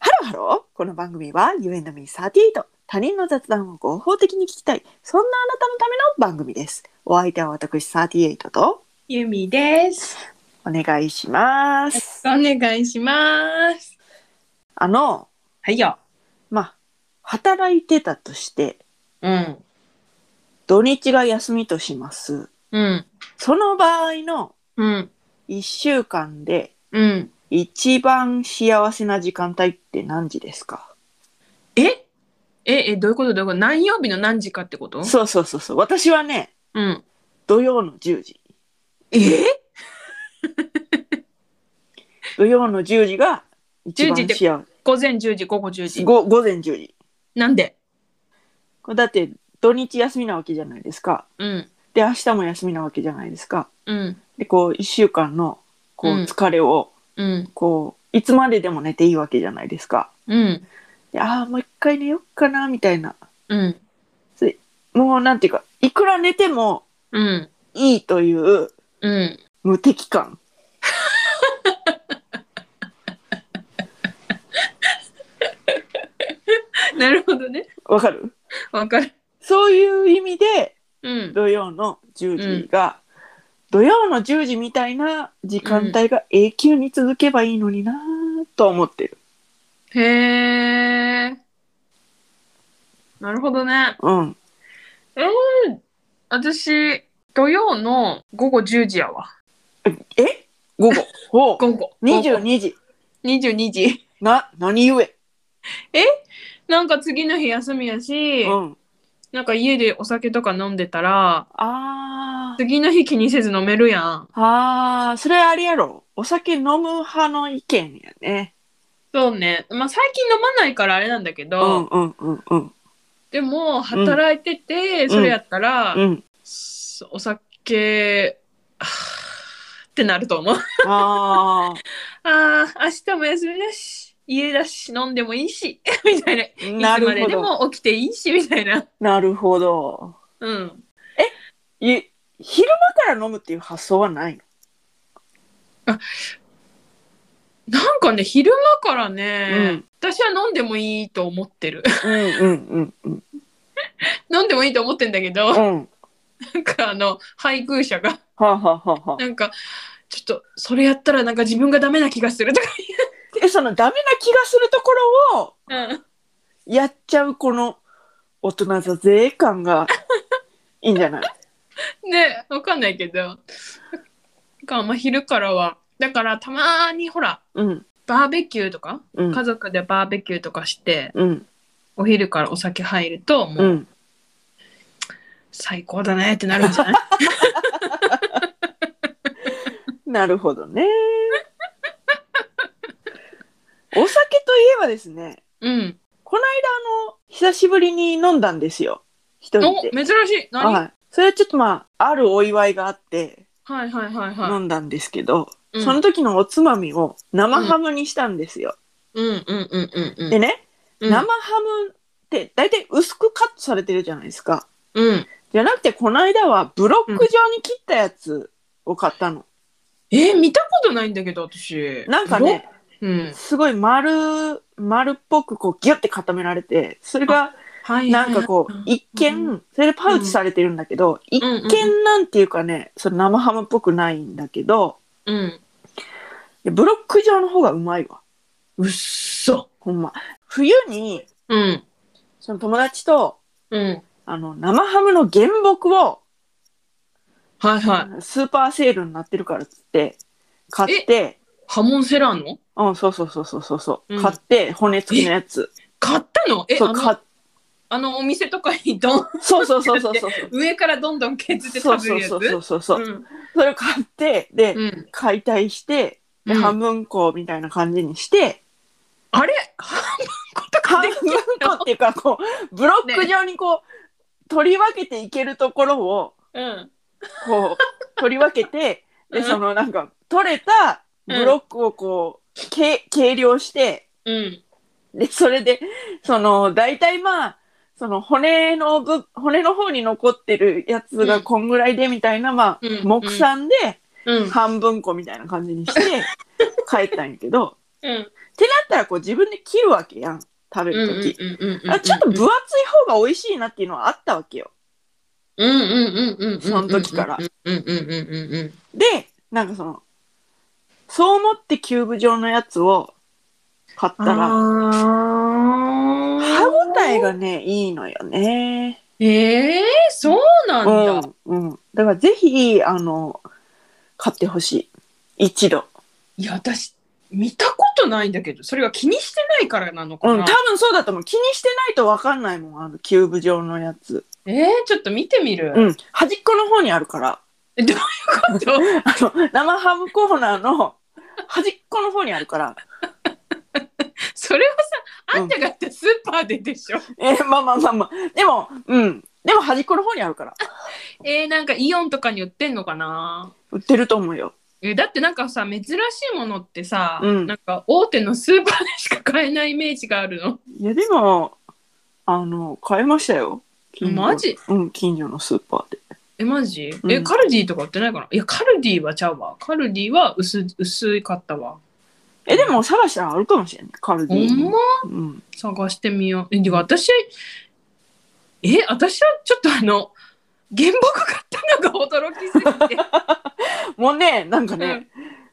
ハローハローこの番組は You and me38 他人の雑談を合法的に聞きたいそんなあなたのための番組ですお相手は私38とゆみです。お願いしますお願いします。あのはいよ。まあ働いてたとしてうん。土日が休みとしますうん。その場合のうん。 1週間でうん。一番幸せな時間帯って何時ですかええ、え、どういうことどういうこと何曜日の何時かってことそうそうそうそう私はねうん。土曜の10時え土曜の10時が一番10時って幸午前10時、午後せ10時。ご午前10時なんでこれだって土日休みなわけじゃないですかうん。で明日も休みなわけじゃないですかうん。でこう1週間のこううん疲れをうん。こういつまででも寝ていいわけじゃないですかうん。でああもう一回寝よっかなみたいなうん。もうなんていうかいくら寝てもうん。いいといううん。 無敵感なるほどね。わかるわかる。そういう意味でうん。土曜の10時が、土曜の10時みたいな時間帯が永久に続けばいいのになぁと思ってる。へえ。なるほどね。うん。私、土曜の午後10時やわ。え午後。ほ う。午後。 22時。 22時。な、何故なんか次の日休みやし、うん。なんか家でお酒とか飲んでたら、あー。次の日気にせず飲めるやん。あー、それあれやろ。お酒飲む派の意見やね。そうね。まあ最近飲まないからあれなんだけうど、んうんうんうん。でも働いてて、それやったら、うん。そお酒、はぁってなると思う。あ ああ、明日も休みだし、家だし、飲んでもいいし、 みたいな。いー。つなまるでほでど。も起きていいし、みたいな。なるほど。うん。い昼間から飲むっていう発想はないの。なんかね、昼間からね、うん私は飲んでもいいと思ってる。うんうんうん飲んでもいいと思ってんだけど、うん。うん。なんかあの配偶者がはあ、はあはあはあなんかちょっとそれやったらなんか自分がダメな気がするとかえそのダメな気がするところを言う、やっちゃうこの大人だぜ感がいいんじゃないうん、でわかんないけどなんかまあ昼からはだからたまにほらうんバーベキューとか、うん家族でバーベキューとかしてうんお昼からお酒入るともううん最高だねってなるんじ ゃない、なるほどねお酒といえばですねうんこの間あの久しぶりに飲んだんですよ一人おで、珍しい何、はい、それはちょっとまああるお祝いがあってはい、はいはい飲はいんだんですけど、うんその時のおつまみを生ハムにしたんですよ、うんうんうんうんうんでねうん生ハムって大体薄くカットされてるじゃないですか。うんじゃなくてこの間はブロック状に切ったやつを買ったの。えー見たことないんだけど私なんかね、うんすごい丸、丸っぽくこうギュッて固められて、それがはいなんかこう一う見、それでパウチされてるんだけど、一うん見なんていうかね、その生ハムっぽくないんだけど、うん。ブロック状の方がうまいわ。うっそ。ほんま。冬にうん。その友達とうん。あの生ハムの原木をはいはい。スーパーセールになってるからっつって買ってハモンセラーノうんそうそうそうそうそうそう、うん買って骨付きのやつ買ったのえそあうの買っあのお店とかにどん、 そうそうそうそうそうそう上からどんどん削ってそう食べそうるやつそうそうそうそううんそれを買ってで、うん。解体してで、うん半分こみたいな感じにしてあれハンバーグとか半で分こっていうかこうブロック状にこう、取り分けていけるところをうん。こう取り分けてうでんそのなんか取れたブロックをこう、け計量してうん。で、それで、その、大体まあ、その骨のぶ、骨の方に残ってるやつうがんこんぐらいでみたいな、まあうん、目算でうん。半分こみたいな感じにして帰ったんやけど、うん。ってなったらこう自分で切るわけやん食べうんうんる時、うんうんうんあちょっと分厚い方が美味しいなっていうのはあったわけようんうんうんうんうんその時からうんうんうんうんうんでなんかそのそう思ってキューブ状のやつを買ったら歯歯ごたえがねいいのよねえー、そうなんだ、うん、うん、だからぜひあの買ってほしい一度いや私見たことないんだけどそれが気にしてないからなのかうん多な、分そうだと思う気にしてないと分かんないもんあのキューブ状のやつえー、ちょっと見てみる、 うん端っこの方にあるからえどういうことあの生ハムコーナーの端っこの方にあるからそれはさうんあんたがってスーパーででしょ、えーまあまあまあまあでもうんでも端っこの方にあるからえー、なんかイオンとかに売ってんのかな売ってると思うよえだってなんかさ珍しいものってさ、うんなんか大手のスーパーでしか買えないイメージがあるのいやでもあの買いましたよ近所のマジうん近所のスーパーでえマジ、うえんカルディとか売ってないかないやカルディはちゃうわカルディは薄薄いかったわえでも探したらあるかもしれないカルデほィんまうん、探してみようえてか私え私はちょっとあの原木買ったのが驚きすぎてもうねなんかね、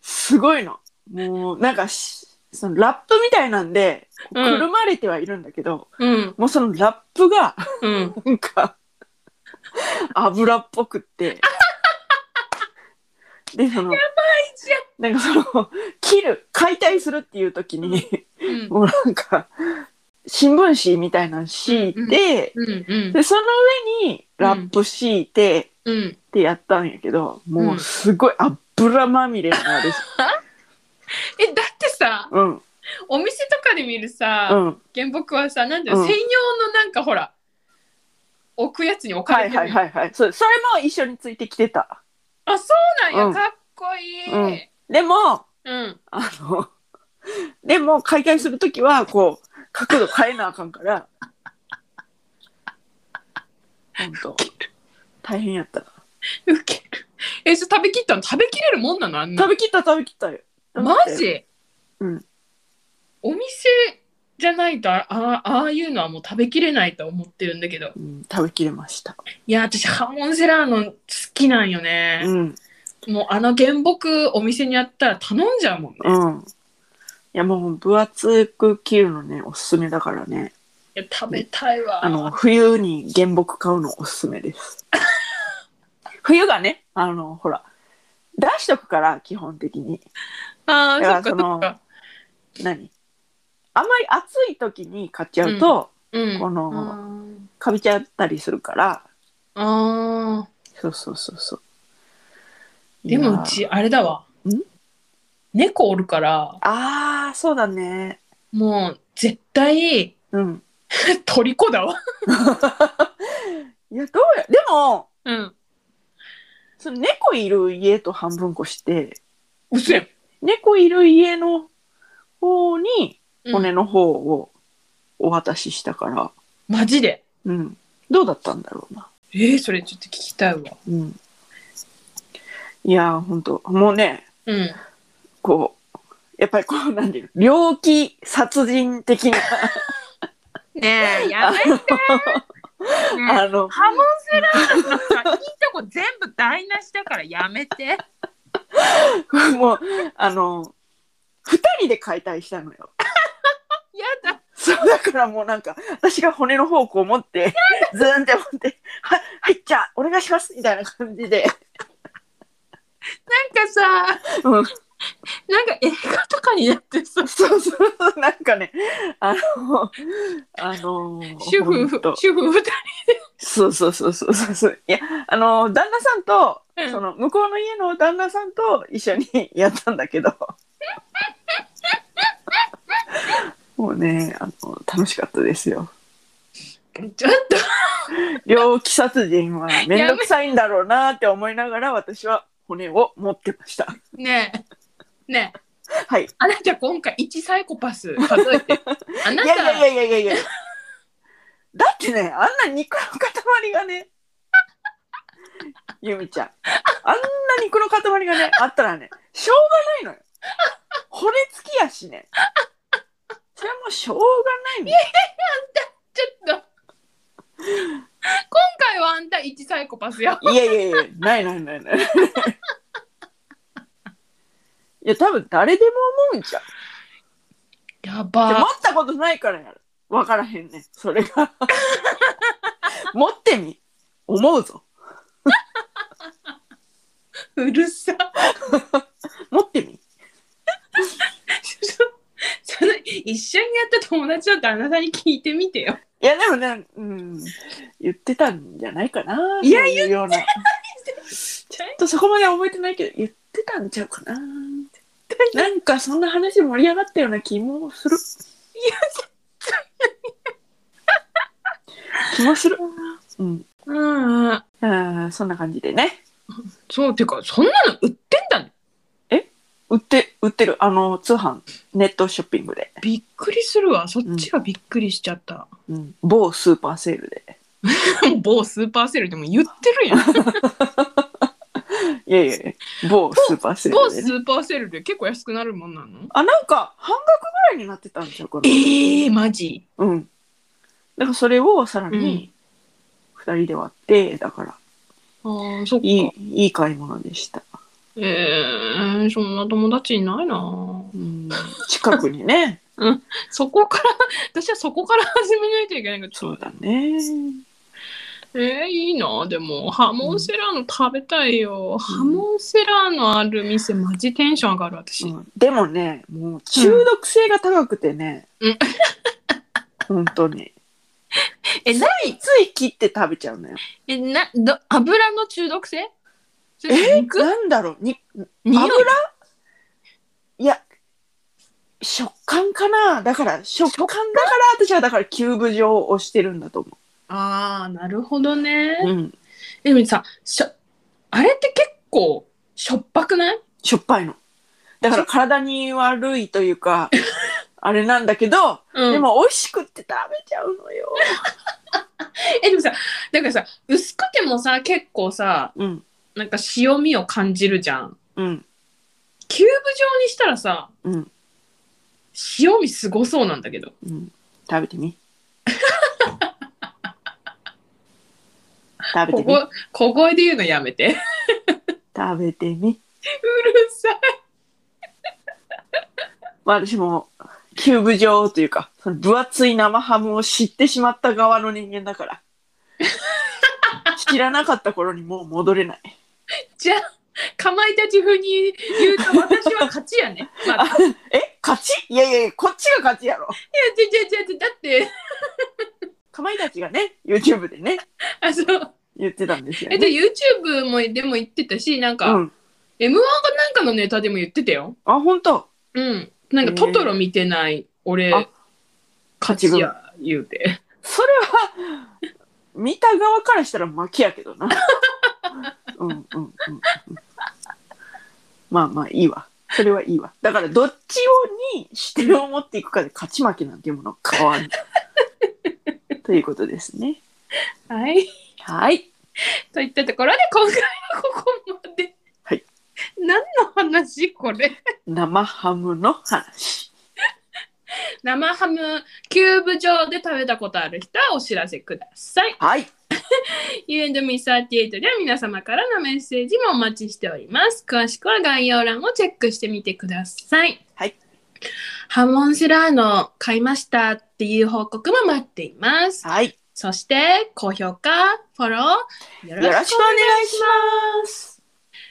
すごいのもうなんかしそのラップみたいなんでこううんくるまれてはいるんだけど、うんもうそのラップがうんなんか油っぽくってでそのやばいじなんかその切る解体するっていう時に、うんもうなんか新聞紙みたいなの敷いて、うんうんでその上にラップ敷いてうんってやったんやけど、もうすごい油まみれになるし、えだってさうんお店とかで見るさ、うん、原木はさなんだよ、うん専用のなんかほら置くやつに置かはれいてる、はいはいはいそうそれも一緒についてきてたあそうなんや、うんかっこいい、うんでもうんあの、でも解体するときは、こう、角度変えなあかんから。本当大変やった。ウケるえそれ食べきったの食べきれるもんなのあんな食べきった食べきったよ。マジうんお店じゃないとああああいうのはもう食べきれないと思ってるんだけどうん、食べきれました。いや私ハモンセラーノ好きなんようね、ん、もうあの原木お店にあったら頼んじゃうもんね、ういん。いやもう分厚く切るのね、おすすめだからね。や食べたいわあの、冬に原木買うのおすすめです。冬がね、あの、ほら、出しとくから、基本的に。あーだからそっかそっか何あんまり暑い時に買っちゃうと、うんこのあーかびちゃったりするからあそうそうそうそうーでいやもーうちあれだわん猫おるからああそうだねもう絶対うん虜だわいやどうやでもうんその猫いる家と半分こしてうせん猫いる家の方にうん骨の方をお渡ししたからマジでうん、どうだったんだろうなえー、それちょっと聞きたいわうんいやーほんともうねうんこうやっぱりこうなんていうの猟奇殺人的なね え、やめて。ねえあのハモンセラーノのさ、いいとこ全部台無しだから やめて。もうあの2人で解体したのよやだ。そうだからもうなんか私が骨の方向を持ってズーンって持って「ははいじゃあお願いします」みたいな感じで、なんかさ、うん、なんか映画とかになって さ、そうそうなんかねあのあの主婦ほんと、主婦二人。そうそうそうそうそうそういやあの旦那さんと、うんその向こうの家の旦那さんと一緒にやったんだけどもうねあの楽しかったですよちょっと、猟奇殺人は面倒くさいんだろうなって思いながら私は骨を持ってました。ねえ。ねえ、はい。いあなた今回一サイコパス数え て。あなやた、いやいやいやいやいや。だってね、あんな肉の塊がね、ゆみちゃん、あんな肉の塊がね、あったらね、しょうがないのよ。骨付きやしね。それはもうしょうがないもんちょっと。今回はあんた一サイコパスや。いやいやいや、ないないないない。いや、多分誰でも思うんじゃん。やで持ば。ったことないからやる。わからへんねんそれが。持ってみ。思うぞ。うるさ。持ってみ。そその一緒にやった友達の旦那さんに聞いてみてよ。いや、でもね、うん、言ってたんじゃないかな。いやそういうような。ちょちゃいっとそこまで覚えてないけど、言ってたんちゃうかな。なんかそんな話盛り上がったような気もする。気もする。うん。うん。あーそんな感じでね。そう、てか、そんなの売ってんだね。売って、売ってる。あの、通販、ネットショッピングで。びっくりするわ。そっちがびっくりしちゃった。うん。某スーパーセールで。某スーパーセールでも言ってるやん。いやいやいや、某スーパーセー某ルスで、ね。ーパーセールで結構安くなるもんなのあ、なんか、半額ぐらいになってたんちゃうかな。ええー、マジ。うん。だからそれをさらに、二人で割って、だから、ああ、そっか。いい、いい買い物でした。ええー、そんな友達いないな。うん。近くにね。そこから、私はそこから始めないといけないけど、ちそょっうとだね。えー、いいな、でも、ハモンセラーノ食べたいよ。ハモンセラーノある店、マジテンション上がる、私。うんでもね、もう中毒性が高くてね。うん 本当に。え、な、つい切って食べちゃうのよ。え、な、ど、油の中毒性それえ肉なんだろうに匂い油いや食感かなだから食感だから私はだからキューブ状をしてるんだと思ああ、なるほどねう、。うん、でもさ、しょ、あれって結構、しょっぱくないしょっぱいのだから体に悪いという かあれなんだけど、うんでも美味しくって食べちゃうのよ、え、でもさ、だからさ、薄くてもさ、結構さ、うんなんか塩味を感じるじゃん。うん、キューブ状にしたらさ、うん塩味すごそうなんだけど。うん、食べて み食べこてみこ、小声 で言うのやめて。食べてみうるさい。まあ私もキューブ状というかその分厚い生ハムを知ってしまった側の人間だから 知らなかった頃にもう戻れないじゃあ、かまいたち風に言うと私は勝ちや ね。まあ、いや、え勝ちいやいやいやこっちが勝ちやろじゃじゃじゃだって、かまいたちがね YouTube でね あ、そう。言ってたんですよえっと、ね YouTube もでも言ってたし、なんか、うん M1 かなんかのネタでも言ってたよ。あ本当うん。なんか、へートトロ見てない、俺あ、勝ちや、言うて。それは見た側からしたら負けやけどなうんうんうん、うん、まあまあいいわそれはいいわだからどっちをに視点を持っていくかで勝ち負けなんていうものは変わるということですねはい。はいといったところで、今回はここまで。はい。何の話これ生ハムの話生ハムキューブ状で食べたことある人はお知らせください。はい U&Me38 では皆様からのメッセージもお待ちしております。詳しくは概要欄をチェックしてみてください。はい。ハモンセラーノ買いましたっていう報告も待っています。はいそして高評価、フォローよよろしくお願いします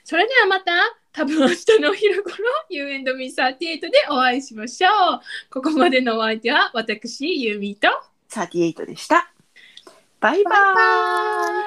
それではまた多分明日のお昼頃 You and Me38 でお会いしましょう。ここまでのお相手は私ユーミーと38でしたバイバイバイバイ